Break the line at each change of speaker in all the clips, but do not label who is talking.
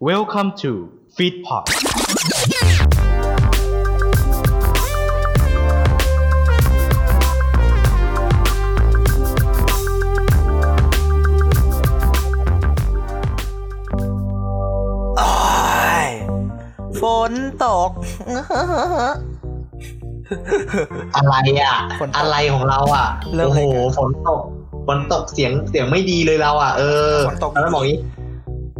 Welcome to Feedpot
ฝนตก
อะไรอ่ะ
ฝนตก
อะไรของเราอ่ะ
เริ่ม
โอ้
เล
โห
ย
ฝนตก ฝนตกเสียงเสียงไม่ดีเลยเราอ่ะ เออ
ฝนตก
แล้วบอกนี้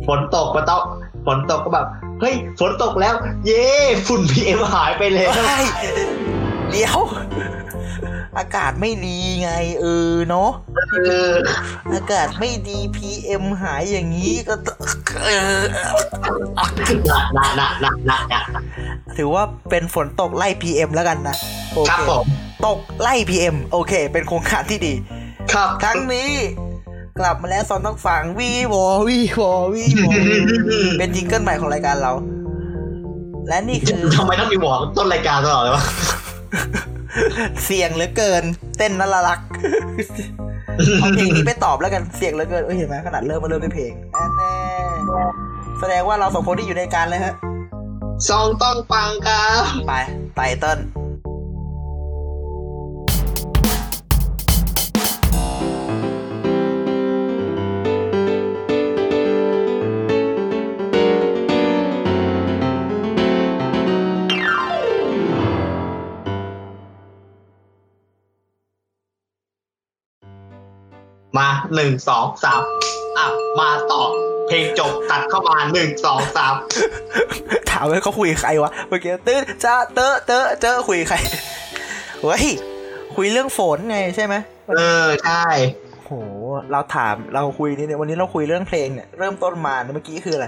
ฝนตกก็ต้องฝนตกก็แบบ เฮ้ย ฝนตกแล้ว เย้ ฝุ่นพีเอ็มหายไปแล้ว
เฮ้ยเดี๋ยว อากาศไม่ดีไง เออเนาะ
เออ
อากาศไม่ดี PM หายอย่างนี้ก็ต้องเออ
นะนะนะนะนะนะ
ถือว่าเป็นฝนตกไล่ PM แล้วกันนะ โอ
ค
เครับ
ผม
ตกไล่ PM โอเค เป็นโครงการที่ดี
ครับ
ทั้งนี้ กลับมาแล้วซอนต้องฟังวีวอวีวอวีวอเป็นจิงเกิลใหม่ของรายการเรา และนี่คือ
ทำไมต้องมีหมอกต้นรายการตลอดเลยวะ
เสียงเหลือเกิน เต้นน่ารัก เอาเพลงนี้ไปตอบแล้วกันเสียงเหลือเกินเอ้ยเห็นไหมขนาดเริ่มมาเริ่มด้วยเพลงอันแน่แสดงว่าเราสองคนที่อยู่ในการเลยฮะ
ซองต้องฟังครับ
ไปไตเติ้ล
มาหนึ่งสองสามอ่ะ มาต่อ เพลงจบตัดเข้ามาหนึ่งสองสาม
ถามว่าเขาคุยกับใครวะเมื่อกี้ตื้อจ้าเตอะเตอะเจอคุยกับใครเฮ้ยคุยเรื่องฝนไงใช่ไหม
เออ ใช่
โหเราถามเราคุยนี่เนี่ยวันนี้เราคุยเรื่องเพลงเนี่ยเริ่มต้นมาเนี่ยเมื่อกี้คืออะไร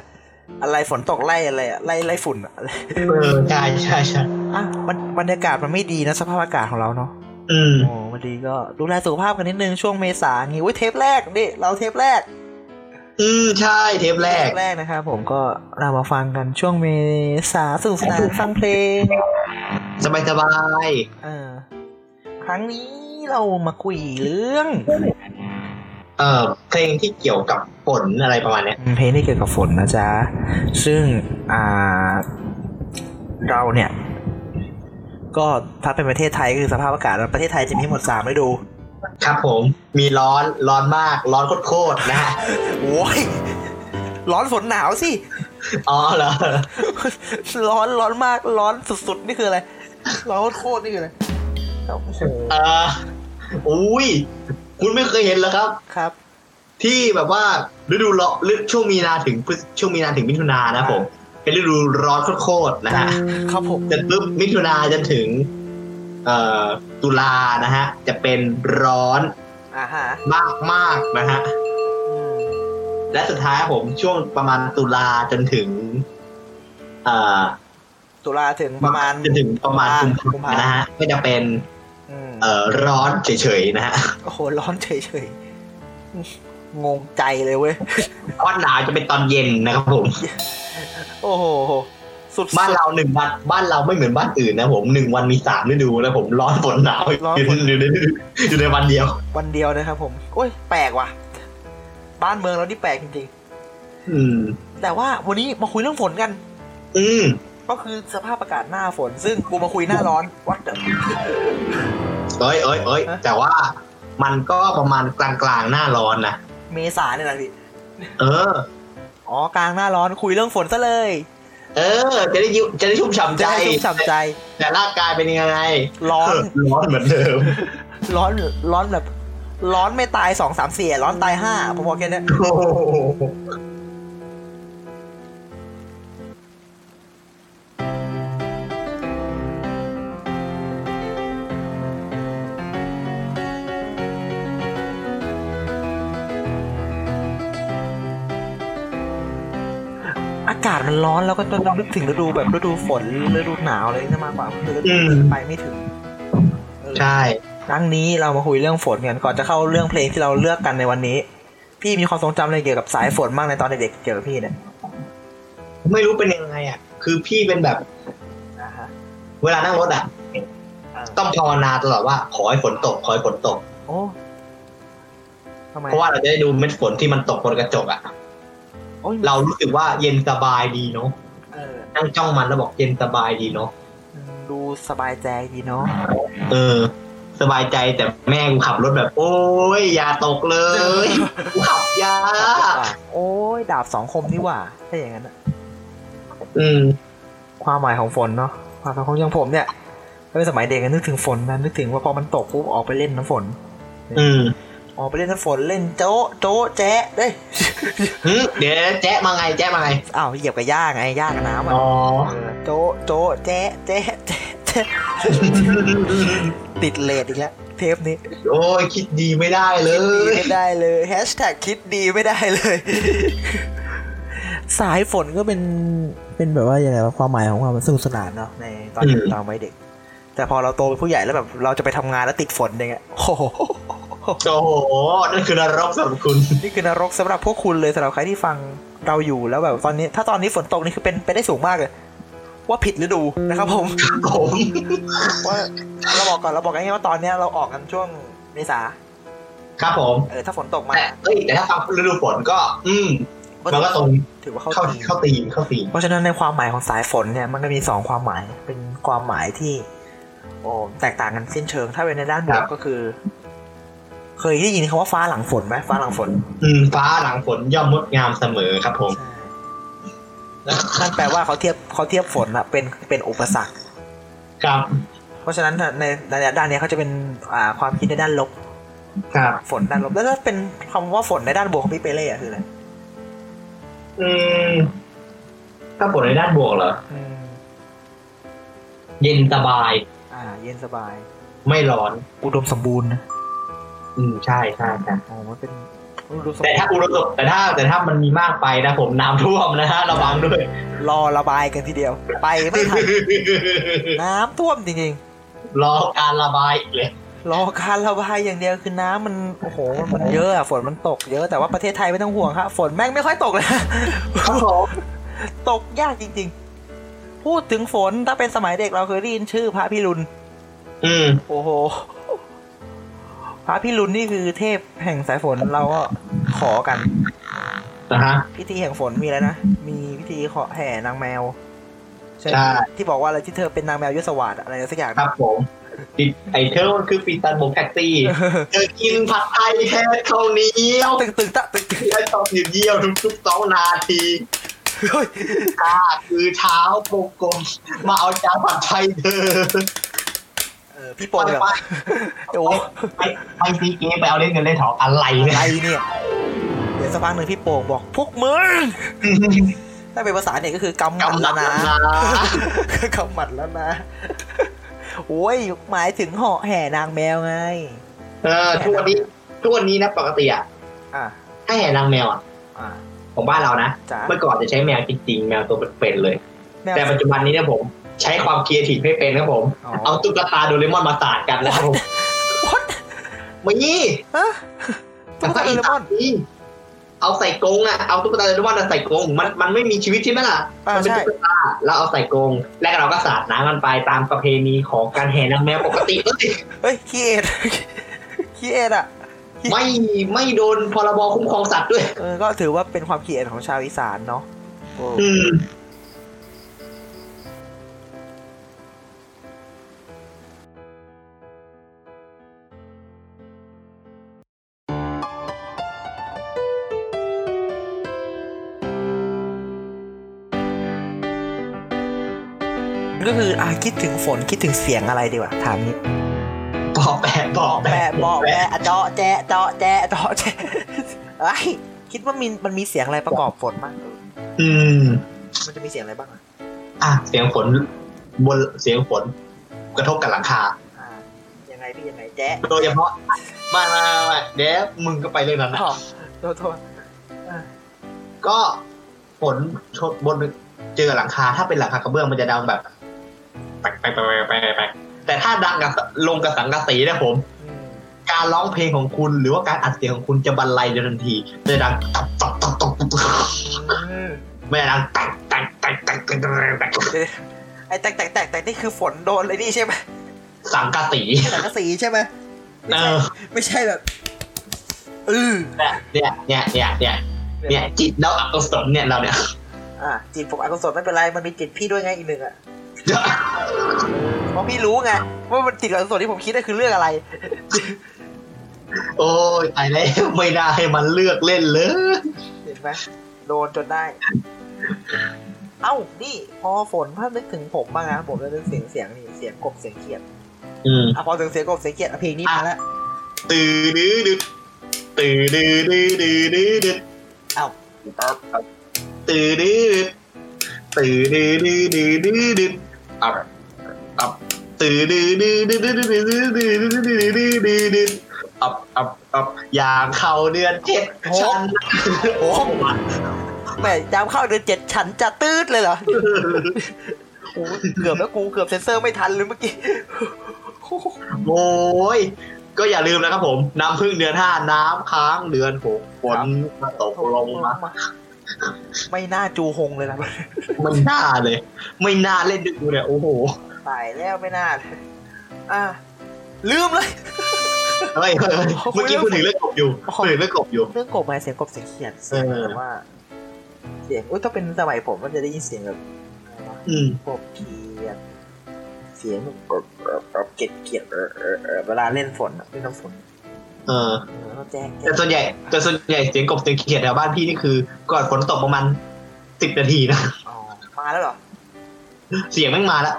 อะไรฝนตกไล่อะไรอะไล่ไล่ฝุ่นอะอะไร
เออ ใช่ใช่ใช่
อ่ะบรรบรรยากาศมันไม่ดีนะสภาพอากาศของเราเนาะ
อืม
โอ้วันนี้ก็ดูแลสุขภาพกันนิดนึงช่วงเมษางี้อุ้ยเทปแรกนี่เราเทปแรก
อืม ใช่เทปแรก
เทปแรกนะครับผมก็เรามาฟังกันช่วงเมษาสนุกส นานฟังเพลง
สบายสบาย
เออครั้งนี้เรามาคุยเรื่อง
เอ่อเพลงที่เกี่ยวกับฝนอะไรประมาณเนี้ย
เพลงที่เกี่ยวกับฝนนะจ๊ะซึ่งอ่าเราเนี่ย ก็ถ้าเป็นประเทศไทยก็คือสภาพอากาศประเทศไทยจะมีทั้งหมดสามฤดู
ครับผม มีร้อนร้อนมาก ร้อนโคตรๆนะฮะ
โอ้ยร้อนฝนหนาวสิ
อ๋อเหรอ
ร้อนร้อนมากร้อนสุดๆ นี่คืออะไร ร้อนโคตรนี่คืออะไรโอ้โห
เอออุ้ย คุณไม่เคยเห็นเหรอครับ
ครับ
ที่แบบว่าฤดูร้อนฤช่วงมีนาถึงพฤศช่วงมีนาถึงมิถุนานะผม เป็นฤดูร้อนโคตรๆนะฮะ
ครับผม
จนปุ๊บมิถุนาจนถึง เอ่อตุลานะฮะ จะเป็นร้อน
อ่าฮะ
มากมากๆนะฮะ
อืม
และสุดท้ายผมช่วงประมาณตุลาจนถึง เอ่อ
ตุลาถึงประมาณ
จนถึงประมาณ
กุ
กุ
ม
ม
ภา
ภานะฮะก็จะเป็น
อืม
เอ่อร้อนเฉยๆนะฮะ
โอ้โหร้อนเฉยๆงงใจเลยเว้ย
เพราะหนาวจะเป็นตอนเย็นนะครับผม
โอ้โหสุดๆ
บ้านเราหนึ่งวันบ้านเราไม่เหมือนบ้านอื่นนะผมหนึ่งวันมีสามฤดูนะผมร้อนฝนหนาวอยู่ในอยู่ในอยู่ในวันเดียว
วันเดียวนะครับผมโอ้ยแปลกว่ะ บ้านเมืองเรานี่แปลกจริง
อืม
ๆแต่ว่าวันนี้มาคุยเรื่องฝนกัน
อืม
ก็คือสภาพอากาศหน้าฝน ซึ่งกูมาคุยหน้าร้อนวัดเด
เอ้ยเอ้ยเอ้ย
ฮะ
แต่ว่ามันก็ประมาณกลางกลางๆหน้าร้อนนะ
เมษาเนี่ยนะพี่
เออ
อ๋อกลางหน้าร้อนคุยเรื่องฝนซะเลย
เออ จะได้ยิ้มจะได้ชุ่มฉ่ำใจ
จะได้ชุ่มฉ่ำใจ
แต่ร่างกายเป็นยังไง
ร้อน
เออร้อนเหมือนเดิม
ร้อนร้อนแบบ ร้อนไม่ตายสองสามสี่ร้อนตายห้าผมบอกแค่นี้
โอ้โห
อากาศมันร้อนแล้วก็ต้องนึกถึงฤดูแบบฤดูฝนฤดูหนาวอะไรนี่มากกว่าคือฤดู
อืม
ไปไม่ถึงเออ
ใช่
ครั้งนี้เรามาคุยเรื่องฝนกันก่อนจะเข้าเรื่องเพลงที่เราเลือกกันในวันนี้ พี่มีความทรงจำอะไรเกี่ยวกับสายฝนบ้างในตอนเด็กๆเกี่ยวกับพี่เนี่ย
ไม่รู้เป็นยังไงอ่ะ คือพี่เป็นแบบ
นะฮะ
เวลานั่งรถอ่ะ
เออ
ต้องภาวนาตลอดว่า ขอให้ฝนตก ขอให้ฝนตก
โอ้ทำไม
เพราะว่าเราจะได้ดูเม็ดฝนที่มันตกบนกระจกอ่ะ
อ อ้ย
เรารู้สึกว่าเย็นสบายดีเนาะ
เออ
นั่งจ้องมันแล้วบอกเย็นสบายดีเนาะ
ดูสบายใจดีเนาะ
เออ สบายใจแต่แม่กูขับรถแบบ โอ้ยอย่าตกเลยกูขับย า
โอ้ยดาบสองคมนี่หว่าถ้าอย่างนั้นอะ
อืม
ความหมายของฝนเนาะความหมายของอย่างผมเนี่ยถ้าเป็นสมัยเด็กก็นึกถึงฝนนะนึกถึงว่าพอมันตกปุ๊บออกไปเล่นน้ำฝน
อืม
ออกไปเล่นน้ำฝนเล่นโจ๊ะโจ๊ะแจ๊ะเด้ย
หึเดี๋ยวแจ๊ะมาไงแจ๊ะมาไง
อ้าวเหยียบกับย่าไงย่ากับน้ำอ่ะ
อ๋อ
เออโจ๊ะโจ๊ะแจ๊ะแจ๊ะแจ๊ะแจ๊ะ ติดเลทอีกแล้วเทปนี้
โอ้ยคิดดีไม่ได้เล
คิด
ย
ดีไม่ได้เลยแฮชแท็กคิดดีไม่ได้เลย สายฝนก็เป็นเป็นแบบว่าอย่างไรวะความหมายของความสนุกสนานเนาะในตอน
อืม
ตอนวัยเด็ก แต่พอเราโตเป็นผู้ใหญ่แล้วแบบเราจะไปทำงานแล้วติดฝนอย่างเงี้ย โอ้โห
โอ้โหนั่นคือนรกสำหรับคุณ
นี่คือนรกสำหรับพวกคุณเลยสำหรับใครที่ฟังเราอยู่แล้วแบบตอนนี้ถ้าตอนนี้ฝนตกนี่คือเป็นไปได้สูงมากเลย ว่าผิดฤดูนะครับผม
ผม
ว่าเราบอกก่อนเราบอกกันง่ายๆว่าตอนเนี้ยเราออกกันช่วงเมษา
ครับผม
เออถ้าฝนตกมา
แต่เอ้ยแต่ถ้าฟังฤดูฝนก็ อืมมันก็ตรง
ถือว่าเข้า
เข้า
ที
เข้าตีมเข้าตีม
เพราะฉะนั้นในความหมายของสายฝนเนี่ยมันก็มีสองความหมายเป็นความหมายที่ โอ้แตกต่างกันสิ้นเชิง ถ้าเป็นในด้านบวกก็คือ เคยได้ยินคำว่าฟ้าหลังฝนไหมฟ้าหลังฝน
อืมฟ้าหลังฝนย่อมงดงามเสมอครับผม
แล้วนั่นแปลว่าเขาเทียบเขาเทียบฝนอะเป็นเป็นอุปสรรค
ครับ
เพราะฉะนั้นในในด้านเนี้ยเขาจะเป็นอ่าความคิดในด้านลบ
ครับ
ฝนด้านลบ แล้วถ้าเป็นคำว่าฝนในด้านบวกของพี่เปเล่อะคืออะไร
อืมถ้าฝนในด้านบวกเหรอ
อืม
เย็นสบาย
อ่า เย็นสบาย
ไม่ร้อน
อุดมสมบูรณ์นะ
อืมใช่ใช่ใช่
โอ้มันเป็นอุดมสม
แต่
บูร
ถ้าอุ
ณ์
ดมแต่ถ้าแต่ถ้ามันมีมากไปนะผมน้ำท่วมนะฮะระวังด้วย
รอระบายกันทีเดียว ไปไม่ ทัน น้ำท่วมจริง
รอการระบายอีกเลย
ๆ รอการระบายอย่างเดียวคือน้ำมันโอ้โหมันเยอะอะฝนมันตกเยอะแต่ว่าประเทศไทยไม่ต้องห่วงครับฝนแม่งไม่ค่อยตกเลย
ครับผม
ตกยากจริง ๆ พูดถึงฝนถ้าเป็นสมัยเด็กเราเคยได้ยินชื่อพระพิรุณ
อืม
โอ้โหพระพิรุณนี่คือเทพแห่งสายฝนเราก็ขอกัน
นะฮะ
พิธีแห่งฝนมีอะไรนะมีพิธีขอแห่นางแมวใช่
ใช่
ที่บอกว่าอะไรที่เธอเป็นนางแมวยศวาสตร์อะไรสักอย่าง
ค
นะ
รับผมติดไอเทลคือปีตันโบกแท็ก ซี่ เธอกินผัดไทยแค่ข้าวเหนียว
ตึงตึงตะตึงตึง
และชอบหยิบเยี่ยวทุกๆสองนาที
เฮ้ย
ข้าคือเท้าโปกลมมาเอาจานผัดไทยเธอ
เออพี่โปรแบบ
ไป
โอ้โห
ไปไปซีเกมไปเอาเล่นเงินเล่นทองอะไร
อะ
เนี่ย
ไรเนี่ย เดี๋ยวสักพักหนึ่งพี่โป่งบอกพวกมึงถ้าเป็นภาษาเนี่ยก็คือกำหมัด
กำลั
แล้ว
ง
นะ
นะ
กำหมัดแล้วนะโอ้ยหมายถึงเหาะแห่นางแมวไง
เออทุกวันนี้ทุกวันนี้นะปกติอ่ะ
อ่ะ
ถ้าแห่นางแมวอ่ะ
อ่ะ
ของบ้านเรานะ
จ้า
เมื่อก่อนจะใช้แมวจริงๆแมวตัวเป็นๆเลย
แมว
แต่ปัจจุบันนี้เนี่ยผม ใช้ความครีเอทีฟให้เป็นครับผม
อ๋อ
เอาตุ๊กตาโดเรมอนมาสาดกันนะครับผม
วัด
มี
ฮะ ตุ๊กตาโดเรมอน
มีเอาใส่กรงอ่ะเอาตุ๊กตาโดเรมอนมาใส่กรงมันมันไม่มีชีวิตใช่ไหมล่ะ
อ่า
มัเป็น
ใช่
ตุ๊กตาแล้วเอาใส่กรงแล้วเราก็สาดน้ำมันไปตามประเพณีของการแห่นางแมวปกติเอ้ย
เฮ้ยคีเอ็ดคีเอ็ดอ่ะ
ไม่ไม่โดนพรบคุ้มครองสัตว์ด้วย
เออ ก็ถือว่าเป็นความคีเอ็ดของชาวอีสานเนาะโอ้
อืม
ก็คืออ่ะคิดถึงฝนคิดถึงเสียงอะไรดีวะถามนี้
บอกแปะบอก
แปะ
แปะ
บอกแปะเจาะแจ๊ะเจาะแจ๊ะเจาะแจ๊ะไอ้ยคิดว่ามีมันมีเสียงอะไรประกอบฝนมั้ง
อืม
มันจะมีเสียงอะไรบ้างอะ
อ่ะเสียงฝนบนเสียงฝนกระทบกับหลังคา
อ่ายังไงพี่ยังไงแจ๊ะ
โดยเฉพาะมามามามาเดี๋ยวมึงก็ไปเรื่องนั้นนะ
อ๋อโทษโทษ
ก็ฝนชดบนเจอหลังคา ถ้าเป็นหลังคากระเบื้องมันจะดังแบบแปลกแปลกแปลกแปลกแปลกแต่ถ้าดังกับลงกับสังกะสีนะผม
อืม
การร้องเพลงของคุณหรือว่าการอัดเสียงของคุณจะบรรลัยเดี๋ยวทันทีจะดังตับตับตับตับตับ
อืม
ไม่ได้ดังแตักแตักแตักแตักแตักแตัก
เดี๋ยวๆไอ้แตกแตกแตกแตกนี่คือฝนโดนเลยนี่ใช่ไหม
สังกะสี
สังกะสีใช่ไหม
เออ
ไม่ใช่แบบเออ
เนี่ยเนี่ยเนี่ยเนี่ย
เ
เนี่ย จิตเราอกุศลเนี่ยเราเนี่ย
อ่ะจิตผมอกุศลไม่เป็นไรมันมีจิตพี่ด้วยไงอีกหนึ่งอ่ะเพราะพี่รู้ไงว่ามันจิตอกุศลที่ผมคิดได้คือเรื่องอะไร
โอ้ยตายแล้วไม่ได้ให้มันเลือกเล่นเลย
เห็นไหมโดนจนได้ เอ้า นี่ พอฝนถ้านึกถึงผมบ้างนะผมจะนึกเสียงเสียงนี่เสียงกบเสียงเขียด
อืม
อ่ะพอถึงเสียงกบเสียงเขียดอ่ะเพลงนี้มาแล้ว
ตื่นดื้อดึกตื่นดื้อดื้อดื้อดื้อดึก
เอ้า
ตื่นดื้อดึกตื่นดื้อดื้อดื้อดื้อดึกตับตับตื่นดื้อดื้อดื้อดื้อดื้อดื้อดื้อดื้อดื้อดื้อดื้อดื้อดึกอับอับอับอย่างเข้าเดือนเจ็ดฉัน
โอ้โหแหม่ยามเข้าเดือนเจ็ดฉันจะตืดเลยเหรอ โอ้โหเกือบแล้วกูเกือบเซ็นเซอร์ไม่ทันเลยเมื่อกี้ โอ้โห
โอ้ยก็อย่าลืมนะครับผม น้ำพึ่งเดือนห้าน้ำค้างเดือนหกฝนมาตกลงมา
ไม่น่าจูหงเลยนะ
ไม่น่าเลย ไม่น่าเล่นด้วยกูเนี่ยโอ้โห
ตายแล้วไม่น่าเลยอ่ะลืมเลย
เฮ้ยเฮ้ยเฮ้ยเมื่อกี้พูดถึงเรื่องกบอยู่พูดถึงเรื่องกบอยู่
เรื่องกบมาเสียงกบเสียงเขียน
เอ
เสียง
อ
แบบว่า เสียงอุ้ยถ้าเป็นสมัยผมก็จะได้ยินเสียงแบบอะไรวะ
อืม
กบเขียนเสียงแบบกบกบกบเกล็ดเขียนเออเออเออเวลาเล่นฝนอะเล่นน้ำฝน
เออ
เออแล้วแจ้งแจ้
แต่
ง
ส่วนใหญ่แต่ส่วนใหญ่เสียงกบเสียงเขียดแถวบ้านพี่นี่คือก่อนฝนตกประมาณสิบนาทีนะ
อ๋อมาแล้วเหรอ
เสียงแม่งมาแล้ว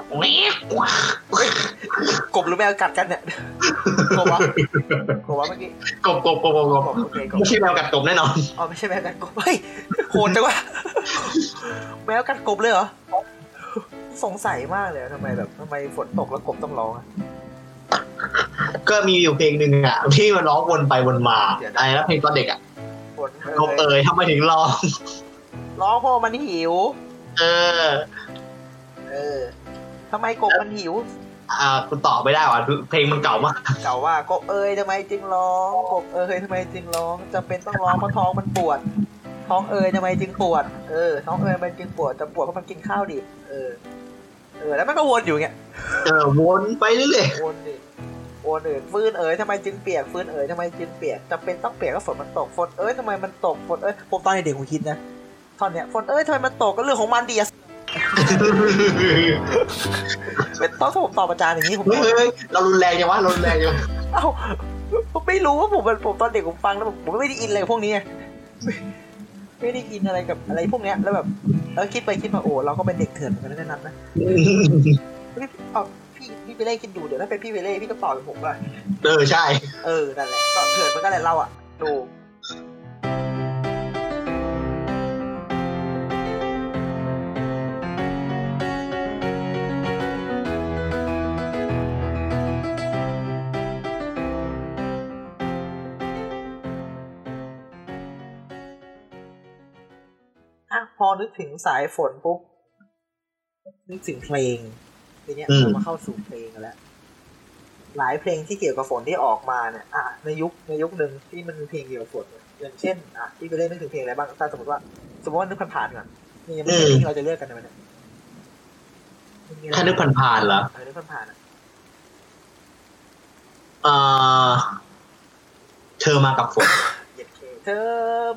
กบหรือแมวกัดกันเนี่ยกบวะกบวะเมื่อกี้
กบกบกบกบก
กบบ โอเคกบ
ไม่ใช่แมวกัดกบแน่นอน
อ๋อไม่ใช่แมวกัดกบเฮ้ยโหดจังวะแมวกัดกบเลยเหรอสงสัยมากเลยอะทำไมแบบทำไมฝนตกแล้วกบต้องร้องอะ
ก็มีอยู่เพลงหนึ่งอ่ะที่มันร้องวนไปวนมา
เดี๋ยวนะ
อะไรนะเพลงตอนเด็กอ่ะ
ฝน
กบ
เอ่ย
เอ๋ยทำไมถึงร้อง
ร้องเพราะมันหิว
เออ
เออทำไมกบมันหิว
อ่าคุณตอบไม่ได้ว่ะคือเพลงมันเก่ามาก
เก่าว่ากบเอ้ยทำไมจึงร้อง กบเอ้ยทำไมจึงร้องจำเป็นต้องร้องเพราะท้องมันปวด ท้องเอ้ยทำไมจึงปวด เออ ท้องเอ้ยมันจึงปวดจะปวดเพราะมันกินข้าวดิบ เออ เออ แล้วมันก็วนอยู่อย่างเงี้ย
เออวนไปเรื่อย
วนดิวนอื่นฟื้นเอ๋ยทำไมจึงเปียกฟื้นเอ๋ยทำไมจึงเปียกจำเป็นต้องเปียกก็ฝนมันตกฝนเอ๋ยทำไมมันตกฝนเอ๋ยผมตอนเด็กๆผมคิดนะตอนเนี้ยฝนเอ๋ยทำไมมันตกก็เรื่องของมันดีอะ
ๆ
เป็นต้องถ้าผมตอบอาจารย์อย่างนี้ผม
เฮ้ยเฮ้ยเฮ้ยเรารุนแรงจังวะเรารุนแรงจังวะ
เอ้าผมไม่รู้ว่าผมเป็นผมตอนเด็กผมฟังแล้วผมผมไม่ได้อินอะไรกับพวกนี้ไง ไม่ไม่ได้อินอะไรกับอะไรพวกเนี้ยแล้วแบบแล้วคิดไปคิดมาโอ้เราก็เป็นเด็กเถื่อนเหมือนกันนะแนะนำ นะพี่เอาพี่พี่ไปเล่นกินดูเดี๋ยวถ้าเป็นพี่ไปเล่นพี่ก็ต่อกับผมว่ะ
เออใช่
เออนั่นแหละก็เถื่อนเหมือนกันแหละเราอ่ะดูอ่ะพอนึกถึงสายฝนปุ๊บนึกถึงเพลงทีเนี้ย
อืม
เรามาเข้าสู่เพลงกันแล้ว หลายเพลงที่เกี่ยวกับฝนที่ออกมาเนี่ยอ่ะในยุคในยุคหนึ่งที่มันมีเพลงเกี่ยวกับฝนเนี่ยอย่างเช่นอ่ะที่ไปเล่นนึกถึงเพลงอะไรบ้างถ้าสมมติว่า สมมติว่านึกผ่านๆก่อนนี่ยังไม่ใช่เพลงที่เราจะเลือกกันในวันเนี้ยมีอะไร
ถ้านึกผ่านๆเหรอ
เออนึกผ่านๆอ่ะ
อ่าเธอมากับฝน
เหย็ดเคเธอ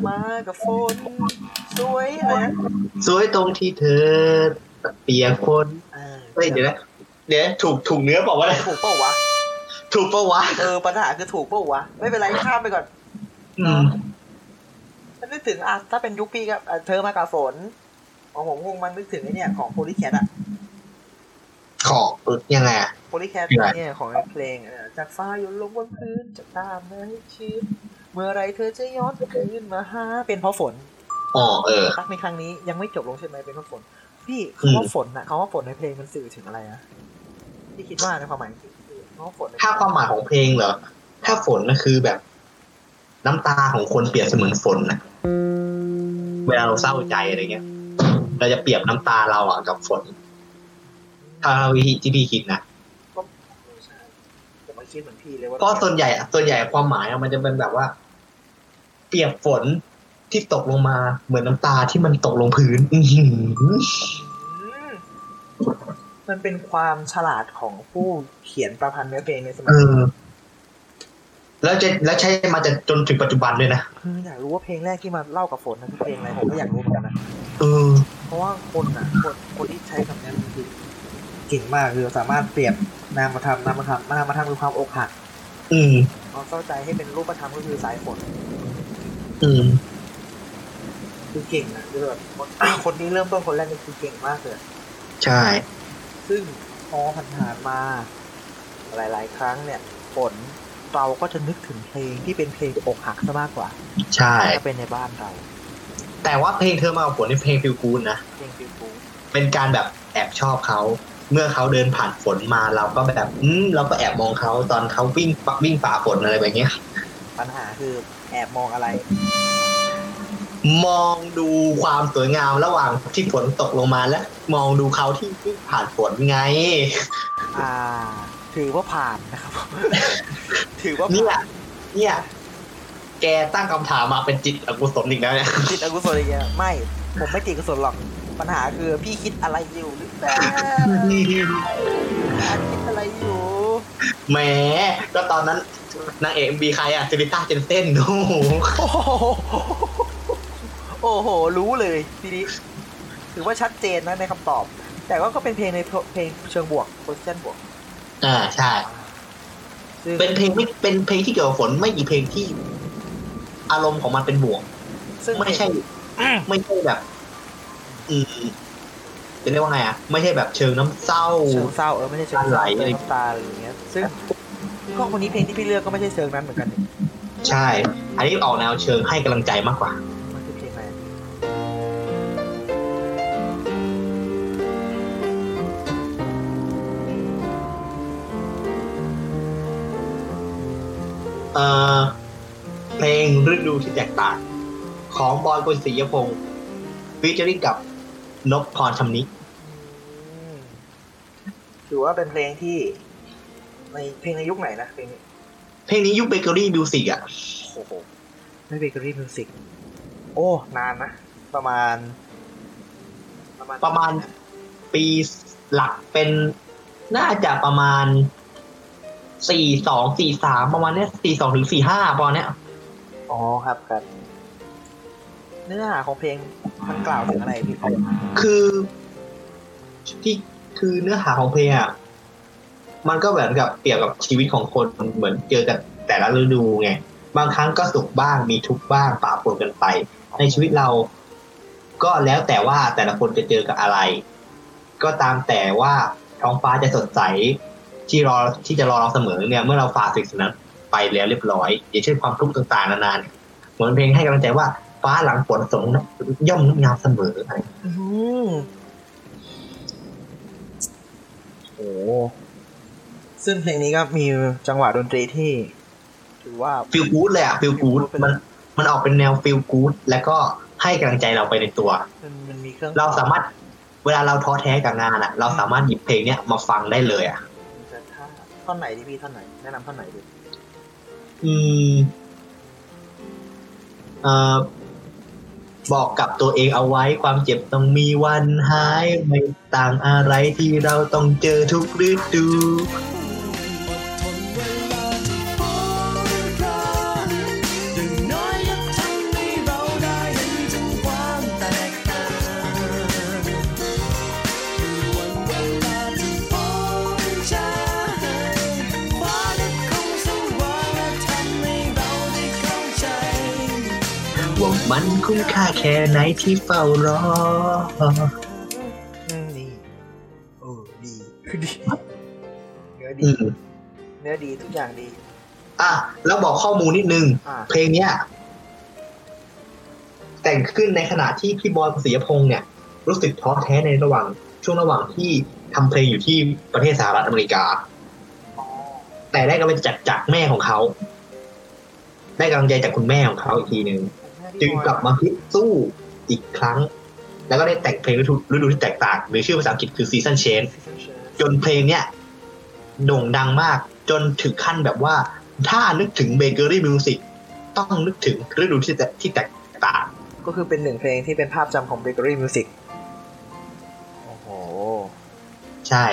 มากับฝนสวยอะไรนะ
สวยตรงที่เธอเปียกฝน
เออ
เฮ้ยเดี๋ยวนะเดี๋ยวถูกถูกเนื้อบอกว่าอะไร
ถูกเปล่าวะ
ถูกปะวะ
เออปัญหาคือถูกเปล่าวะไม่เป็นไรข้ามไปก่อน
อืม
มันนึกถึงอ่ะถ้าเป็นยุคพี่ก็อ่ะเธอมากับฝนของผมคงมันนึกถึงไอ้เนี่ยของโพลิแคทอะ
ขอบปึ๊กยังไงอะ
โพลิแคท
คืออะไร
เนี่ยของเพลงเอ่อจากฟ้าหยนลงบนพื้นจะตามมาให้ชิดเมื่อไรเธอจะย้อนคืนมาหาเป็นเพราะฝน
อ๋อเออ
รักในครั้งนี้ยังไม่จบลงใช่ไหมเป็นเพราะฝน พี่คำว่าฝนอะคำว่าฝนในเพลงมันสื่อถึงอะไรอะพี่คิดว่าในความหมายคือคำว่าฝนใน
ถ้าความหมายของเพลงเหรอ ถ้าฝนก็คือแบบ น้ำตาของคนเปรียบเสมือนฝนนะเวลาเราเศร้าใจอะไรเงี้ย เราจะเปรียบน้ำตาเราอ่ะกับฝน ถ้าวิธีที่พี่คิดนะ
ใช่แต่มาคิดเหมือนพี่เลยว่า
เพราะส่วนใหญ่อะส่วนใหญ่ความหมายอะมันจะเป็นแบบว่า เปียกฝนที่ตกลงมาเหมือนน้ำตาที่มันตกลงพื้น อื้อหือ
อืมมันเป็นความฉลาดของผู้เขียนประพันธ์เนื้อเพลงในสมั
เอย อ แล้วจะแล้วใช้มาจะจนถึงปัจจุบันเลยนะ
คืออยากรู้ว่าเพลงแรกที่มาเล่ากับฝนนะคือเพลงอะไรผมก็อยากรู้เหมือนกันนะ
เออ
เพราะว่าคนอ่ะคนคนที่ใช้คำนี้มันคือเก่งมากคือสามารถเปลี่ยนนามธรรมนามธรรมนามธรรมคือความอกหัก
อืม
ความเข้าใจให้เป็นรูปธรรมก็คือสายฝน
อืม
คือเก่งนะคือแบบคน คนที่เริ่มต้นคนแรกนี่คือเก่งมากเลยอะ
ใช่
ซึ่งพอผ่านๆมา หลาย ๆ ครั้งเนี่ยฝนเราก็จะนึกถึงเพลงที่เป็นเพลงอกหักซะมากกว่า
ใช่
จะเป็นในบ้านเรา
แต่ว่าเพลงเธอมากับฝนนี่เพลงฟิลกูดนะ
เพลงฟิลฟู
เป็นการแบบแอบชอบเขา เมื่อเขาเดินผ่านฝนมาเราก็แบบ อืมเราก็แอบมองเขาตอนเขาวิ่งปักวิ่งฝ่าฝนอะไรแบบเนี้ย
ปัญหาคือแอบมองอะไร
มองดูความสวยงามระหว่างที่ฝนตกลงมาและ มองดูเขาที่วิ่งผ่านฝนไง
อ่า ถือว่าผ่านนะครับ ถือว่า
เนี่
ผ่าย น
เนี่ย แกตั้งคำถามมาเป็นจิตอกุศลอีกแล้วเนี่ย
จิตอกุศลอะไรเงี้ยไม่ ผมไม่จิตอกุศลหรอก ปัญหาคือพี่คิดอะไรอยู่หรือเปล่า คิดอะไรอยู่
แหมก็ตอนนั้นนางเอกมีใครอะซิลิต้าเจนเซนดู
โอ้โห โอ้โห รู้เลยทีนี้ถือว่าชัดเจนนะในคำตอบ แต่ว่าก็เป็นเพลงในเพลงเชิงบวกโพสิชันบวก
อ่าใช่
ซึ่ง
เป็นเพลงไม่เป็นเพลงที่เกี่ยวกับฝนไม่กี่เพลงที่ อารมณ์ของมันเป็นบวก
ซึ่ง
ไม่ใช่ ไม่ใช่แบบ อืมจะเรียกว่าไงอ่ะ ไม่ใช่แบบเชิงน้ำเศร้า
เชิงเศร้าเออไม่ใช่เชิงเศร้าเชิงน้ำตาอะไรอย่างเงี้ย ซึ่งก็วันนี้เพลงที่พี่เลือกก็ไม่ใช่เชิงนั้นเหมือนกัน
ใช่ อันนี้ออกแนวเชิงให้กำลังใจมากกว่า
มันคือเพลงอะไร
เอ่อเพลงฤดูที่แตกต่าง ของบอยกุลศรียพงศ์ฟีเจอริ่งกับนพพรชำนิ
ถือว่าเป็นเพลงที่ ในเพลงในยุคไหนนะเพลงนี้
เพลงนี้ยุคเบเกอรี่มิวสิกอ่ะ
โอ้โหไม่เบเกอรี่มิวสิกโอ้ นานนะ ประมาณ
ประมาณ ปีหลักเป็นน่าจะประมาณสี่สองสี่สามประมาณเนี้ยสี่สองถึงสี่ห้าประมาณเนี้ย
อ๋อครับครับ เนื้อหาของเพลงมันกล่าวถึงอะไรพี่
คือที่คือเนื้อหาของเพลงอ่ะมันก็เหมือนกับเกี่ยวกับชีวิตของคนเหมือนเจอกันแต่ละฤดูไงบางครั้งก็สุขบ้างมีทุกข์บ้างปะปนกันไป ในชีวิตเรา ก็แล้วแต่ว่าแต่ละคนจะเจอกับอะไร ก็ตามแต่ว่าท้องฟ้าจะสดใสที่รอที่จะรอเราเสมอเนี่ยเมื่อเราฝ่าสิ่งนั้นไปแล้วเรียบร้อย อย่างเช่นความทุกข์ต่างๆนานาเนี่ยเหมือนเพลงให้กำลังใจว่าฟ้าหลังฝนสงย่อมงดงามเสมออะไร
อืมโอ้ซึ่งเพลงนี้ก็มีจังหวะดนตรีที่ ถือว่า
ฟิลกู๊ดเลยอะฟิลกู๊ดมันมันออกเป็นแนวฟิลกู๊ดแล้วก็ให้กำลังใจเราไปในตัว
มันมันมีเครื่อง
เราสามารถเวลาเราท้อแท้กับงานอะเราสามารถหยิบเพลงเนี้ยมาฟังได้เลยอะ
ท่าท่อนไหนดีพี่ท่อนไหน แนะนำท่อนไหนดี
อืมเอ่อบอกกับตัวเองเอาไว้ความเจ็บต้องมีวันหายไม่ต่างอะไรที่เราต้องเจอทุกฤดู
อย่างน้อยก็ทำให้เราได้เห็นถึงความแตกต่างคือวันเวลาที่ฝนจางฟ้าก็คงสว่างและทำให้เราได้เข้าใจ
ว่ามันคุ้มค่าแค่ไหนที่เฝ้ารอ
อืมดีโอ้ดีคือดี เนื้อดี
อืม
เนื้อดีทุกอย่างดี
อ่ะแล้วบอกข้อมูลนิดนึง
อ่า
เพลงเนี้ยแต่งขึ้นในขณะที่พี่บอยศิยพงษ์เนี่ย รู้สึกท้อแท้ในระหว่างช่วงระหว่างที่ทำเพลงอยู่ที่ประเทศสหรัฐอเมริกา แต่ได้กำลังใจจากจากแม่ของเขา ได้กำลังใจจากคุณแม่ของเขาอีกทีหนึ่งจึงกลับมาฮึดสู้อีกครั้ง แล้วก็ได้แต่งเพลงฤดูฤดูที่แตกต่างหรือชื่อภาษาอังกฤษคือ Season Change จนเพลงเนี้ยโด่งดังมาก จนถึงขั้นแบบว่า ถ้านึกถึงเบเกอรี่มิวสิกต้องนึกถึงฤดูที่แตกที่แตกต่าง
ก็คือเป็นหนึ่งเพลงที่เป็นภาพจำของ Bakery Music โอ้โห
ใช่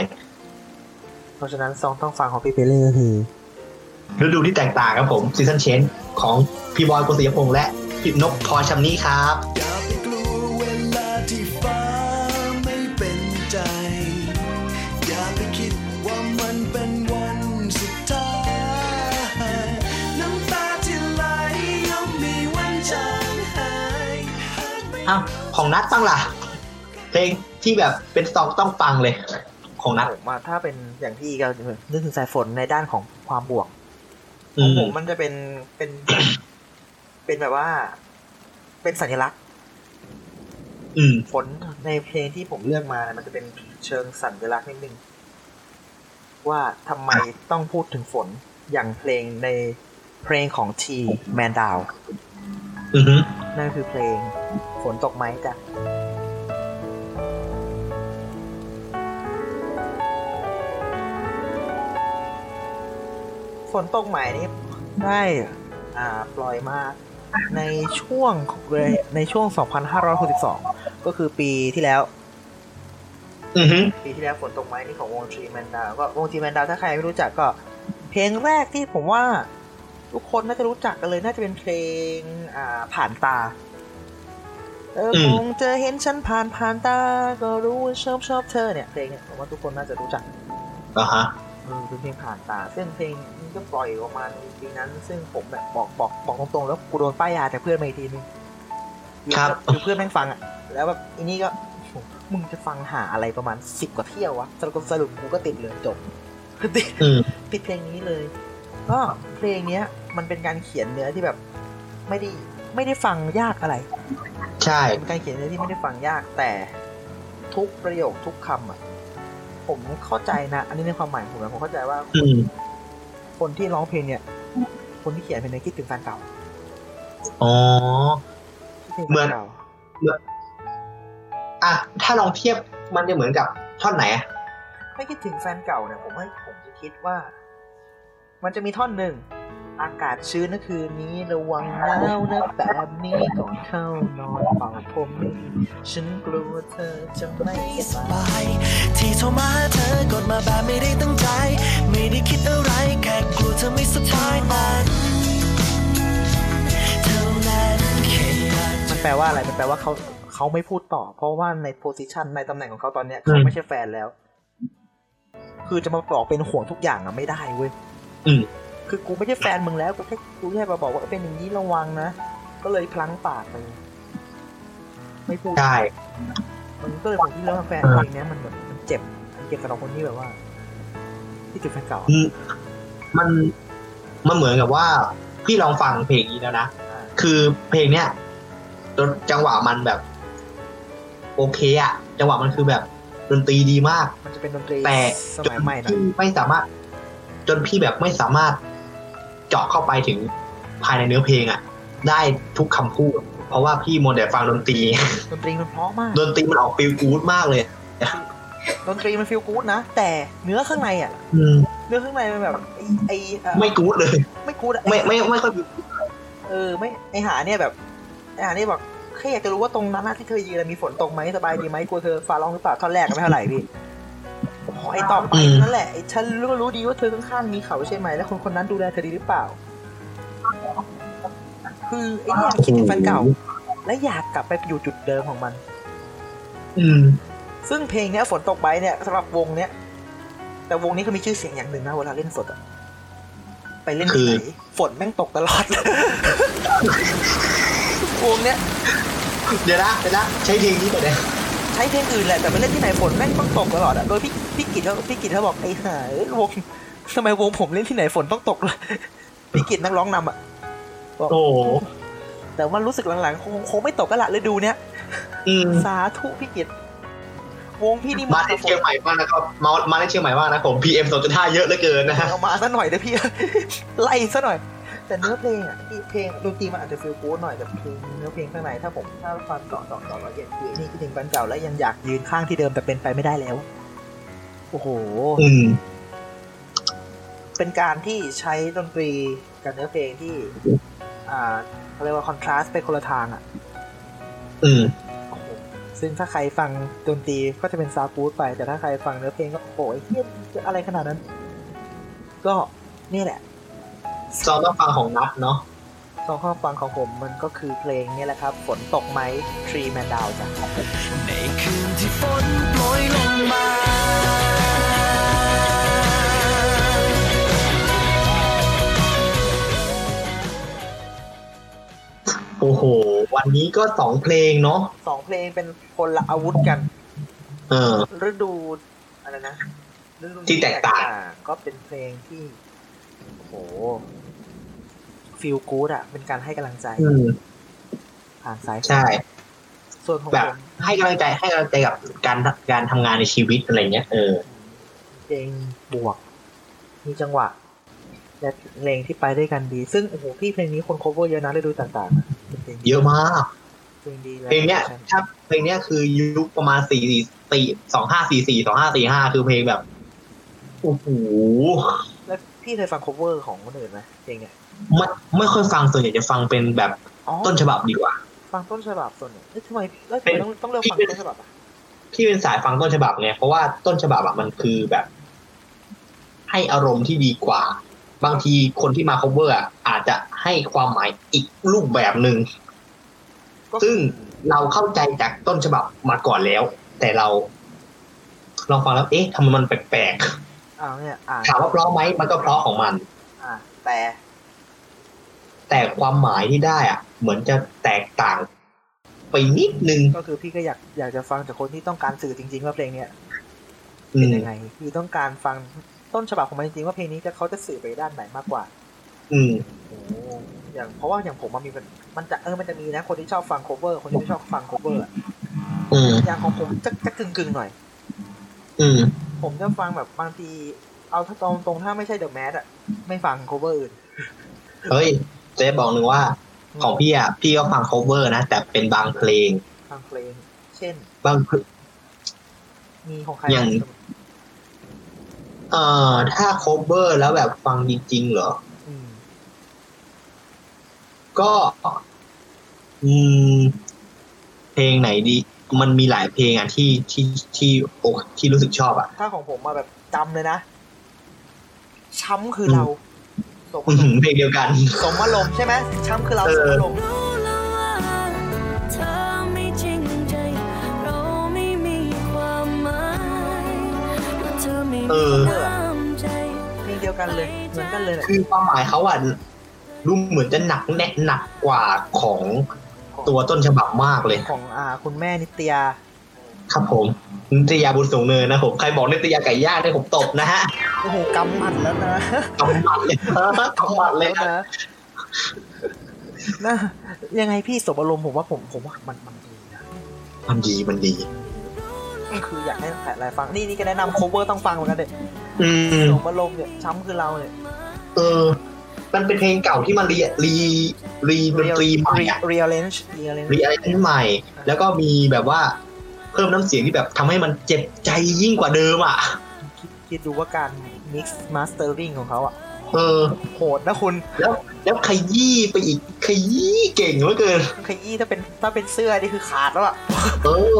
เพราะฉะนั้นซองต้องฟังของพี่เปเล่ก็คือ
ฤดูที่แตกต่างครับผมซีซันเชนของพี่บอยกุศยพงษ์และพี่นกพรชำนี้ครับ
อย่าไปกลัวเวลาที่ฟ้าไม่เป็นใจ อย่าไปคิดว่ามันเป็นวันสุดท้าย น้ำตาที่ไหลย่อมมีวันจางหาย
อ้าวของนัดบ้างล่ะ เพลงที่แบบเป็นซองต้องฟังเลย ของนัด
ผมว่าถ้าเป็นอย่างที่ก็นึกถึงสายฝนในด้านของความบวก
อื
ของ
ม
ผมมันจะเป็นเป็น เป็นแบบว่า เป็นสัญลักษณ์
อืม
ฝนในเพลงที่ผมเลือกมาเนี่ยมันจะเป็นเชิงสัญลักษณ์นิดนึงว่าทำไมต้องพูดถึงฝนอย่างเพลงในเพลงของทีแมนดาว
อือฮึ
นั่นคือเพลงฝนตกไหมจ้ะฝนตกไหมนี่ได้ อ่าปล่อยมาในช่วงของเลยในช่วง 2562 ก็คือปีที่แล้ว
อือฮึ
ปีที่แล้วฝนตกไหมนี่ของวงทรีแมนดาวก็วงทรีแมนดาวถ้าใครไม่รู้จักก็ เพลงแรกที่ผมว่า ทุกคนน่าจะรู้จักกันเลย น่าจะเป็นเพลงอ่าผ่านตา เออคงเจอเห็นฉันผ่านผ่านตา ก็รู้ว่าชอบชอบเธอเนี่ยเพลงเนี่ยผมว่าทุกคนน่าจะรู้จัก
อ่าฮะ
อืมเป็นเพลงผ่านตาซึ่งเพลงนี้ก็ปล่อยออกมาในปีนั้น ซึ่งผมแบบบอกบอกบอกตรงๆ แล้วกูโดนป้ายยาจากเพื่อนมาอีกทีนึง
ครับ
อเพื่อนแม่งฟังอ่ะ แล้วแบบอันนี้ก็โอ้โหมึงจะฟังหาอะไรประมาณสิบกว่าเที่ยววะสรุปสรุปกูก็ติดเลยจบคือติด
อืม
ปิดเพลงนี้เลย ก็เพลงเนี้ย มันเป็นการเขียนเนื้อที่แบบ ไม่ได้ไม่ได้ฟังยากอะไร
ใช่
เป็นการเขียนเนื้อที่ไม่ได้ฟังยากแต่ทุกประโยคทุกคำอ่ะ ผมเข้าใจนะ อันนี้ในความหมายผมนะผมเข้าใจว่า
อืม
คนที่ร้องเพลงเนี่ย คนที่เขียนเพลงเนี่ยคิดถึงแฟนเก่า
อ๋อ
คิดถึงแฟนเก่า
อ่ะ ถ้าลองเทียบมันจะเหมือนกับท่อนไหนอะ
ไม่คิดถึงแฟนเก่าเนี่ยผมให้ผมจะคิดว่า มันจะมีท่อนหนึ่ง อากาศชื้นนะคืนนี้ระวังหนาวนะแบบนี้ก่อนเข้านอนเป่าผมนี่ฉันกลัวเธอจะไม่สบาย
ที่โทรมาหาเธอกดมาแบบไม่ได้ตั้งใจ ไม่ได้คิดอะไรแค่กลัวเธอไม่สบายนั้นเท่านั้นแค่นั้น
มันแปลว่าอะไร มันแปลว่าเขาเขาไม่พูดต่อ เพราะว่าในโพสิชันในตำแหน่งของเขาตอนเนี้ยเขาไม่ใช่แฟนแล้ว คือจะมาบอกเป็นห่วงทุกอย่างอะไม่ได้เว้ย
อืม
คือกูไม่ใช่แฟนมึงแล้ว กูแค่กูแค่มาบอกว่าเป็นอย่างนี้ระวังนะ ก็เลยพลั้งปากไปไม่พูด
ใช่
มันก็เลยผมที่เล่าแฟน
เออ
เพลงเนี้ยมันแบบมันเจ็บมันเจ็บสำหรับคนที่แบบว่า ที่จุดแฟนเก่าอะ
อืมมัน มันเหมือนกับว่า พี่ลองฟังเพลงนี้แล้วนะ
อ่า
คือเพลงเนี้ยจังหวะมันแบบ โอเคอะจังหวะมันคือแบบดนตรีดีมาก
มันจะเป็นดนตรี
แต่
สมัยใหม่หนะ
จนพี่ไม่สามารถ จนพี่แบบไม่สามารถเจาะเข้าไปถึงภายในเนื้อเพลงอะได้ทุกคำพูด เพราะว่าพี่โมวแต่ฟังดนตรี
ดนตรีมันเพราะมาก
ดนตรีมันออกฟิลกู๊ดมากเลย
ดนตรีมันฟีลกู๊ดนะ แต่เนื้อข้างในอ่ะ
อืม
เนื้อข้างในมันแบบไอ้ไอ้เอ่อ
ไม่กู๊ดเลย
ไม่กูดอะ
ไม่ไม่ไม่ค่อย
เออไม่ไอ้หาเนี่ยแบบไอ้หาเนี่ยบอกแค่อยากจะรู้ว่าตรงนั้นนะที่เธอยืนอะมีฝนตกไหมสบายดีไหมกลัวเธอฟ้าร้องหรือเปล่าท่อนแรกก็ไม่เท่าไหร่พี่โอ้โหไอ้ต่อไปนั่นแหละไอ้ฉันรู้รู้ดีว่าเธอข้างๆมีเขาใช่ไหมแล้วคนคนนั้นดูแลเธอดีหรือเปล่า คือไอ้เนี่ยคิดถึงแฟนเก่า และอยากกลับไปอยู่จุดเดิมของมัน
อืม
ซึ่งเพลงเนี้ยฝนตกไปเนี่ยสำหรับวงเนี้ยแต่วงนี้เขามีชื่อเสียงอย่างหนึ่งนะเวลาเล่นสดอะไปเล่นที่ไหน
คือ
ฝนแม่งตกตลอด วงเนี้ย
เดี๋ยวนะเดี๋ยวนะใช้เพลงนี้ก่อนนะ
ใช้เพลงอื่นแหละแต่ไปเล่นที่ไหนฝนแม่งต้องตกตลอดอะโดยพี่พี่กิตเขาพี่กิตเขาบอกไอ้ห่าเอ้ยวงทำไมวงผมเล่นที่ไหนฝนต้องตกล่ะ พี่กิตนักร้องนำอะ
โอ้โห
แต่ว่ารู้สึกหลังๆคงคงไม่ตกก็ละฤดูเนี้ย
อืม
สาธุพี่กิตวงพี่นี่
มา
มา
ที่เชียงใหม่บ้างนะครับ มามาที่เชียงใหม่บ้างนะผม PM 2.5เยอะเหลือเกินนะฮะ
เอามาซะหน่อยนะพี่ ไล่ซะหน่อย แต่เนื้อเพลงอ่ะที่เพลงดนตรีมันอาจจะฟิลกู๊ดหน่อยแต่เพลงเนื้อเพลงข้างในถ้าผมถ้าฟังต่อต่อต่อละเอียดคือนี่คิดถึงแฟนเก่าและยังอยากยืนข้างที่เดิมแต่เป็นไปไม่ได้แล้ว โอ้โห
อืม
เป็นการที่ใช้ดนตรีกับเนื้อเพลงที่ อ่าเขาเรียกว่าคอนทราสต์ไปคนละทางอ่ะ
อืม
โอ้โหซึ่งถ้าใครฟังดนตรีก็จะเป็นซาวด์กู๊ดไป แต่ถ้าใครฟังเนื้อเพลงก็โอ้โหไอ้เฮียอะไรขนาดนั้น ก็นี่แหละ
เราต้องฟังของนัดเนาะ
สองข้อฟังของผมมันก็คือเพลงเนี่ยแหละครับ ฝนตกไหม Tree Man Down จ้ะ
ในคืนที่ฝนโปรยลงมา
โอ้โห วันนี้ก็สองเพลงเนาะ
สองเพลงเป็นคนละอาวุธกัน
เออ
ฤดูอะไรนะฤดู
ที่แตกต่าง
ก็เป็นเพลงที่โอ้โหฟีลกู๊ดอ่ะ เป็นการให้กำลังใจ
อืม
ผ่านสาย
ใช่
ส่วนของ
แบบ
ผม
ให้กำลังใจให้กำลังใจกับการการทำงานในชีวิตอะไรเงี้ย เออ
เพลงบวก มีจังหวะ และเพลงที่ไปด้วยกันดี ซึ่งโอ้โหพี่เพลงนี้คน cover เยอะนะฤดูต่างๆอะเป็นเพลง
เยอะมาก
เพลงดี
เพลงเนี้ยถ้าเพลงเนี้ยคือยุคประมาณสี่สี่สี่สองห้าสี่สี่สองห้าสี่ห้าคือเพลงแบบโอ้โห
แล้วพี่เคยฟัง cover ของคนอื่นไหมเพลงเนี้ย
ไม่ไม่ค่อยฟังส่วนใหญ่จะฟังเป็นแบบ
อ๋อ
ต้นฉบับดีกว่า
ฟังต้นฉบับส่วนหนึ่งเอ้ยทำไมแล้วทำไมต้องต้องเลือกฟังต้นฉบับอ่ะ
พี่เป็นสายฟังต้นฉบับไงเพราะว่าต้นฉบับอะมันคือแบบ ให้อารมณ์ที่ดีกว่า บางทีคนที่มา cover อะอาจจะให้ความหมายอีกรูปแบบหนึ่ง
ก็
ซึ่งเราเข้าใจจากต้นฉบับมาก่อนแล้ว แต่เรา ลองฟังแล้วเอ๊ะทำไมมันแปลก
อ้าวเนี่ยอ่าน
ๆถามว่าเพราะไหมมันก็เพราะของมัน
อ่ะแต่
แต่ความหมายที่ได้อะเหมือนจะแตกต่าง ไปนิดนึง
ก็คือพี่ก็อยากอยากจะฟังจากคนที่ต้องการสื่อจริง ๆ ว่าเพลงเนี้ย
อืม
เป็นยังไงคือต้องการฟังต้นฉบับของมันจริงๆว่าเพลงนี้จะเขาจะสื่อไปด้านไหนมากกว่า
อืม
โอ้อย่างเพราะว่าอย่างผมมันมีเป็นมันจะเออมันจะมีนะคนที่ชอบฟัง cover คนที่ไม่ชอบฟัง cover อะ
อืม
อย่างของผมจะจะกึ่งกึ่งๆหน่อย
อืม
ผมจะฟังแบบบางทีเอาถ้าตรงตรงๆถ้าไม่ใช่ The Mad อะไม่ฟัง cover อื่น
เฮ้ยเจ๊บอกหนึ่งว่า ของพี่อ่ะ พี่ก็ฟัง cover นะ แต่เป็นบางเพลง
ฟังเพลง เช่น
บางเพลง
มีของใคร
อย่าง เอ่อ ถ้า cover แล้วแบบฟังจริงๆเหรอ
อืม
ก็ อืม เพลงไหนดี มันมีหลายเพลงอ่ะที่ที่ที่โอ้ที่รู้สึกชอบอ่ะ
ถ้าของผมมาแบบจำเลยนะช้ำคืออ
ม
เราสม
อื้อหือเพลงเดียวกัน
สมอารมณ์ใช่ไหมช้ำคือเรา
เออ
สมอารมณ์
รู้แล้วว่าเธอไม่จริงใจ เราไม่มีความหมายเพราะเธอไม่มีน้ำใจ
เพลงเดียวกันเลยเหมือนกันเลยแหละ
คือความหมายเขาอ่ะดูเหมือนจะหนักแน่นหนักกว่าของตัวต้นฉบับมากเลย
ของอ่าคุณแม่นิตยา
ครับผมนิตยาบุญสูงเนินนะผมใครบอกนิตยาไก่ย่างได้ผมตบนะฮะ
โอ้โหกำหมัดแล้วนะ
กำหมัดเลย กำหมัดเลย
แล้ว
นะ
นะนะยังไงพี่สมอารมณ์ผมว่าผมผมว่ามันมันดีนะ
มันดีมันดี
คืออยากให้หลายๆฟังนี่นี่ก็แนะนำ cover ต้องฟังเหมือนกันเด็ก
อืม
สมอารมณ์เนี่ยช้ำคือเราเนี่ย
เออ มันเป็นเพลงเก่าที่มันรีรีรีดนตรีใหม่อะ
เรียลเลนจ์เรียลเลนจ์
รีอะไรขึ้นใหม่ แล้วก็มีแบบว่า เพิ่มน้ำเสียงที่แบบทำให้มันเจ็บใจยิ่งกว่าเดิมอ่ะ
คิดดูว่าการ mix mastering ของเขาอ่ะ
เออ
โหดนะคุณ
แล้วแล้วขยี้ไปอีกขยี้เก่งเหลือเกิน
ขยี้ถ้าเป็นถ้าเป็นเสื้อนี่คือขาดแล้วอ่ะ
เออ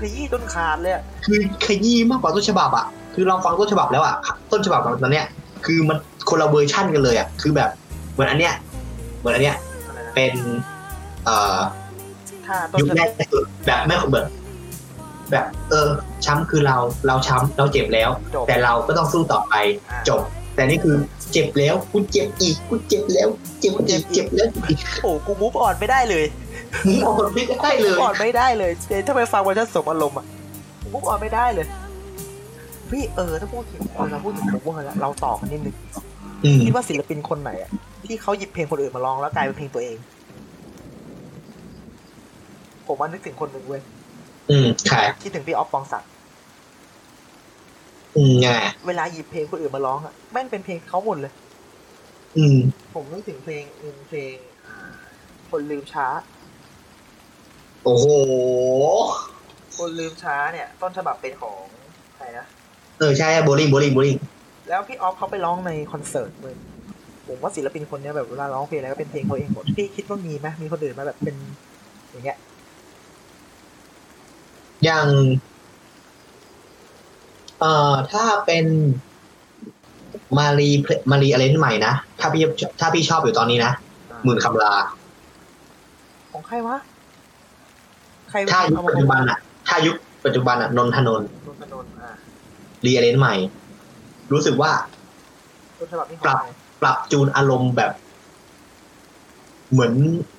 ขยี้จนขาดเลยอะ
คือขยี้มากกว่าต้นฉบับอ่ะ คือเราฟังต้นฉบับแล้วอ่ะ ต้นฉบับของตอนเนี้ย คือมันคนละเวอร์ชั่นกันเลยอ่ะ คือแบบ เหมือนอันเนี้ย เหมือนอันเนี้ย เป็น เอ่อ
ถ้าต้น
ยุค
ฉ
แร
บั
ก
บ
สุดแบบไม่แบบ แบบ เออ ช้ำคือเรา เราช้ำเราเจ็บแล้ว
จบ
แต่เราก็ต้องสู้ต่อไป
อ่า
จบ แต่นี่คือเจ็บแล้วกูเจ็บอีกกูเจ็บแล้ว เจ็บอีกเจ็บแล้วอีก
โอ้กูมูฟออนไม่ได้เลย
มึงอดไม่ได้เล
มู
ย
ฟออนไม่ได้เลยเจ๊ถ้าไปฟังเวอร์ชันสมอารมณ์อะมูฟออนไม่ได้เลย พี่เออถ้าพูดถึงคนเราพูดถึงโคเวอร์แล้วเราต่อกันนิดนึง
อืม
คิดว่าศิลปินคนไหนอะที่เขาหยิบเพลงคนอื่นมาร้องแล้วกลายเป็นเพลงตัวเอง ผมว่านึกถึงคนหนึ่งเว้ย
อืมใช่
คิดถึงพี่ออฟปองศักดิ์
อืมยังไง
เวลาหยิบเพลงคนอื่นมาร้องอะแม่งเป็นเพลงเขาหมดเลย
อืม
ผมนึกถึงเพลงอืมเพลง คนลืมช้า
โอ้โห
คนลืมช้าเนี่ย ต้นฉบับเป็นของใครนะ
เออใช่โบลิ่งโบลิ่งโบลิ่ง
แล้วพี่ออฟเขาไปร้องในคอนเสิร์ตเลยผมว่าศิลปินคนเนี้ยแบบเวลาร้องเพลงอะไรก็เป็นเพลงเขาเองหมดพี่คิดว่ามีไหมมีคนอื่นมาแบบเป็น อย่างเงี้ย
อย่างเอ่อถ้าเป็น มารีเพลมารีอะไรใหม่นะ ถ้าพี่ถ้าพี่ชอบอยู่ตอนนี้นะ หมื่นคำลา
ของใครวะ ใคร
ถ้ายุค
เอามา
ปัจจุบันอะถ้ายุคปัจจุบันอะนนทนนท์
นนทนนท์อ่า
รีอะไรใหม่ รู้สึกว่า
ต้นฉบับนี่ข
ป
อง
รับ
ใคร
ปรับจูนอารมณ์แบบ เหมือน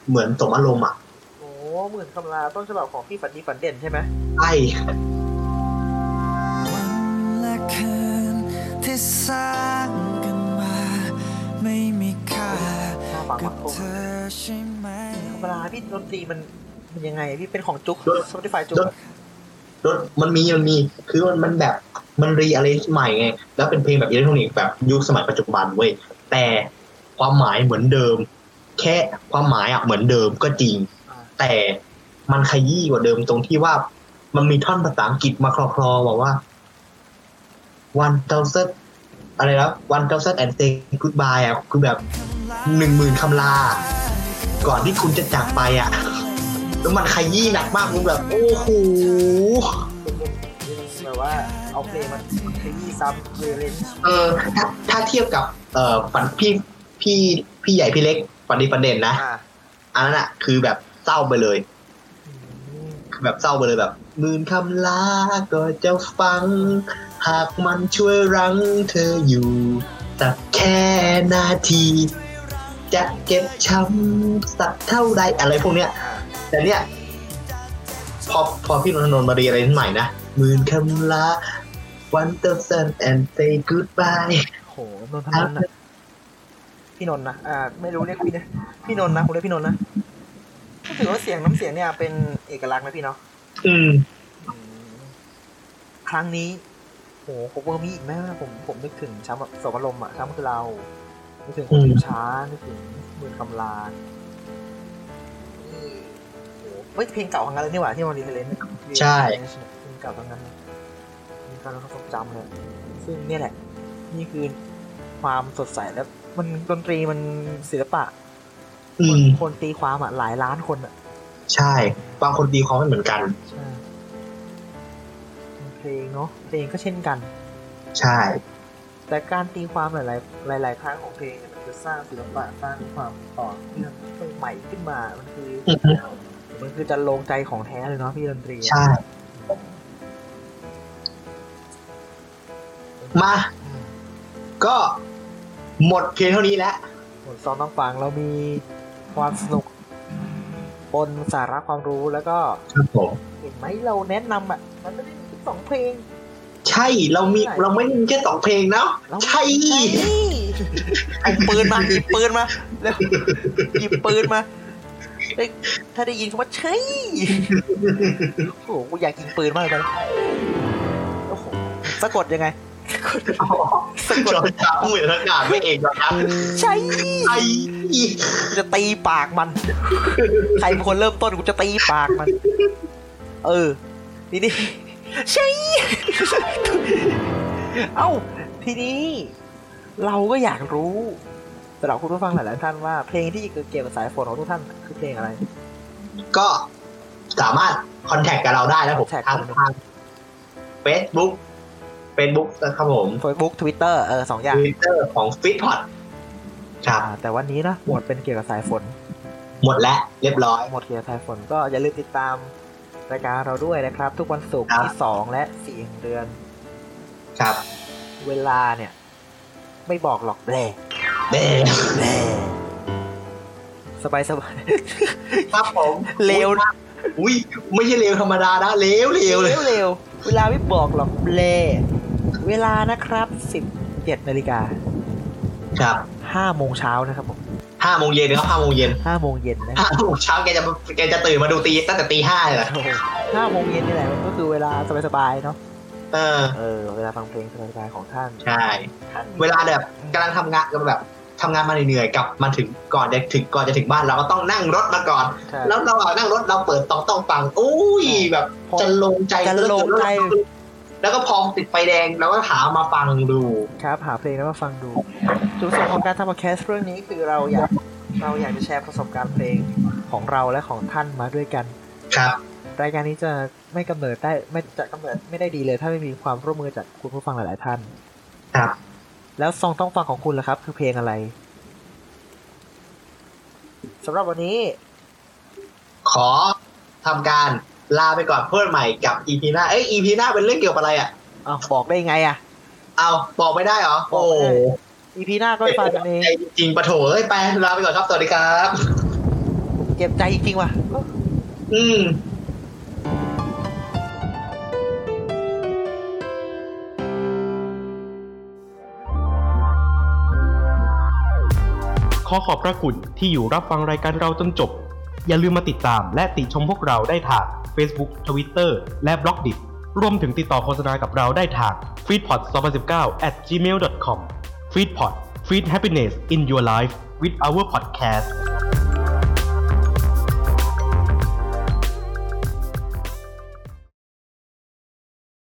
เหมือนสมอารมณ์อะ
โอ้หมื่นคำลาต้นฉบับของพี่ฝันดีฝันเด่นใช่ไหม
ใช่
วันและคืนที่สร้างกันมา ไม่มีค่า
น่าฟัง
กั
มา
บ
ก
เธอใช่ไหม
เวลาพี่ดนตรีมันมันยังไงอะพี่เป็นของจุก Spotify จุก
รถรถมันมีมันมีคือมันมันแบบ มันรีอะไรใหม่ไง แล้วเป็นเพลงแบบอิเล็กทรอนิกส์แบบยุคสมัยปัจจุบันเว้ยแต่ความหมายเหมือนเดิม แค่ความหมายอะเหมือนเดิมก็จริง
อ่า
แต่มันขยี้กว่าเดิมตรงที่ว่ามันมีท่อนภาษาอังกฤษมาคลอคลอๆบอกว่า one thousand อะไรนะ one thousand and say goodbye อ่ะคือแบบหนึ่งหมื่นคำลา ก่อนที่คุณจะจากไปอ่ะ แล้วมันขยี้หนักมากมึงแบบ โอ้โห
เป็นเป็นเป็นแบบว่าเอาเพลงมันไปยี่ซ้ำเลยเลย
เออถ้าถ้าเทียบกับ เอ่อฝันพี่พี่พี่ใหญ่พี่เล็กฝันดีฝันเด่นนะ
อ่า
อันนั้นอ่ะ คือแบบเศร้าไปเลย
อืม
แบบเศร้าไปเลยแบบหมื่นคำลา ก็จะฟัง หากมันช่วยรั้งเธออยู่ สักแค่นาที จะเจ็บช้ำสักเท่าใดอะไรพวกเนี้ย
อ่า
แต่เนี่ย พอพอพี่นนทนนท์มาเรียนอะไรใหม่นะหมื่นคำลา one thousand and say goodbye
โหนนทนนท์นะพี่นนท์นะอ่าไม่รู้เรียกพี่นะพี่นนท์นะผมเรียกพี่นน ท์นะก็ถือว่าเสียงน้ำเสียงเนี่ยเป็นเอกลักษณ์นะพี่เนาะ
อืม
อืมครั้งนี้โหโคเวอร์มีอีกไหมผมผมนึกถึงช้ำสมอารมณ์อะช้ำคือเรานึกถึงค
อื
น
ม
ยิ้มช้านึกถึงหมื่นคำลานี่โหเฮ้ยเพลงเก่าทั้งนั้นเลยนี่หว่าที่วันนี้เล่นๆ
ใช่
เพลงเก่าทั้งนั้นเลยมีการความทรงจำเลยซึ่งเนี่ยแหละ นี่คือความสดใสแล้วมันดนตรีมันศิลปะ
อื
คน
ม
คนตีความอะหลายล้านคนอะ
ใช่ บางคนตีความไม่เหมือนกัน
ใช่เพลงเนาะเพลงก็เช่นกัน
ใช่
แต่การตีความหลาย ๆ หลาย ๆ ครั้งของเพลงเนี่ยมันคือสร้างศิลปะสร้างความต่อเนื่องใหม่ขึ้นมา มันคืออ
อฮึ
มันคือจะลงใจของแท้เลยเนาะพี่ดนตรี
ใช่ มา
อืม
ก็หมดเพียงเท่านี้แล้ว
บทซ้อมต้องฟังเรามีความสนุกบนสาระความรู้แล้วก็
ครับผม
เห็นไหมเราแนะนำอ่ะมันไม่ได้มีแค่สองเพลง
ใช่ เรามี เราไม่ได้มีแค่สองเพลงเนาะ
เรา
ใช่
เอาปืนมาหยิบปืนมาเร็วหยิบปืนมาเอ้ยถ้าได้ยินคำว่าใช่โอ้โหกูอยากยิงปืนมากเลยตอนนี้โอ้โหสะกดยังไงสะก
จอ
ด
นจามเหมือนอากาศไม่เองหรอกนะ
ใช่
ไอ้
กูจะตีปากมัน ใครเป็นคนเริ่มต้นกูจะตีปากมัน เออ นี่นี่ใช่ เอ้า ทีนี้ เราก็อยากรู้สำหรับคุณผู้ฟังหลาย ๆ ท่านว่าเพลงที่เกี่ยวกับสายฝนของทุกท่านคือเพลงอะไร
ก็สามารถคอนแทคกับเราได้นะผม
Contact
ทางทางเฟซบุ๊กเฟซบุ๊กนะครับผม
Facebook Twitter เออสองอย่าง
Twitter ของ f i t p o d ครับ
อ่าแต่วันนี้นะหมวดเป็นเกี่ยวกับสายฝน
หมดแล้ว เรียบร้อย
หมดเกี่ยวกับสายฝนก็อย่าลืมติดตามรายการเราด้วยนะครับ ทุกวันศุกร์
ครับ
ที่สองและสี่ของเดือน
ครับ
เวลาเนี่ย ไม่บอกหรอกแหล่
เด้
แหล่สบายสบาย
ครับผม
เร็ว
อุ้ย ไม่ใช่เลวธรรมดานะเลวเลวเลย
เร็วเวลาไม่บอกหรอกแหล่เวลานะครับสิบเจ็ดนาฬิกา
ครับ
ห้าโมงเช้านะครับผม
ห้าโมงเย็นนะครับห้าโมงเย็น
ห้าโมงเย็นนะครั
ห้า
บ
โมงเช้าแกจะแกจะตื่นมาดูตีตั้งแต่ตีห้าเลยเหรอ
โอ้โหห้าโมงเย็นนี่แหละมันก็คือเวลาสบายๆเนาะ
เออ
เออเวลาฟังเพลงสบายๆของท่าน
ใช่ เวลาแบบกำลังทำงานแบบทำงานมาเหนื่อยๆกลับมาถึงก่อนจะถึงก่อนจะถึงบ้านเราก็ต้องนั่งรถมาก่อน
ใช่
แล้วเราอ่ะนั่งรถเราเปิดต้องต้องฟังอุ้ยแบบ
พอ
จะลงใจ
จะลงใจ
แล้วก็พอติดไฟแดงเราก็หามาฟังดู
ครับหาเพลงแล้วมาฟังดูจุดประสงค์ของการทำพอดแคสต์เรื่องนี้คือเราอยากเราอยากจะแชร์ประสบการณ์เพลงของเราและของท่านมาด้วยกัน
ครับ
รายการนี้จะไม่กำเนิดได้ไม่จะกำเนิดไม่ได้ดีเลย ถ้าไม่มีความร่วมมือจากคุณผู้ฟังหลาย ๆ ท่าน
ครับ
แล้วซองต้องฟังของคุณล่ะครับ คือเพลงอะไรสำหรับวันนี้
ขอทำการลาไปก่อนเพื่อนใหม่กับอีพีหน้า เอ้ยอีพีหน้าเป็นเรื่องเกี่ยวกับอะไรอ่ะ
อ้าวบอกได้ไงอ่ะ
เอาบอกไม่ได้เหรอ
บอ
โอ้
กไม่
โห
ได้ อีพีหน้าก็ไปฟังกันเอง
ใจจริงปะโถเอ้ยไปลาไปก่อนครับ สวัสดีครับ
เจ็บใจจริงๆว่ะ
อืม
ขอขอบพระคุณที่อยู่รับฟังรายการเราจนจบ อย่าลืมมาติดตามและติชมพวกเราได้ทาง Facebook Twitter และ b l o g d i t รวมถึงติดต่อโฆษณากับเราได้ทาง f e e d p o t 2019 at gmail.com f e e d p o t Feed Happiness in Your Life with our podcast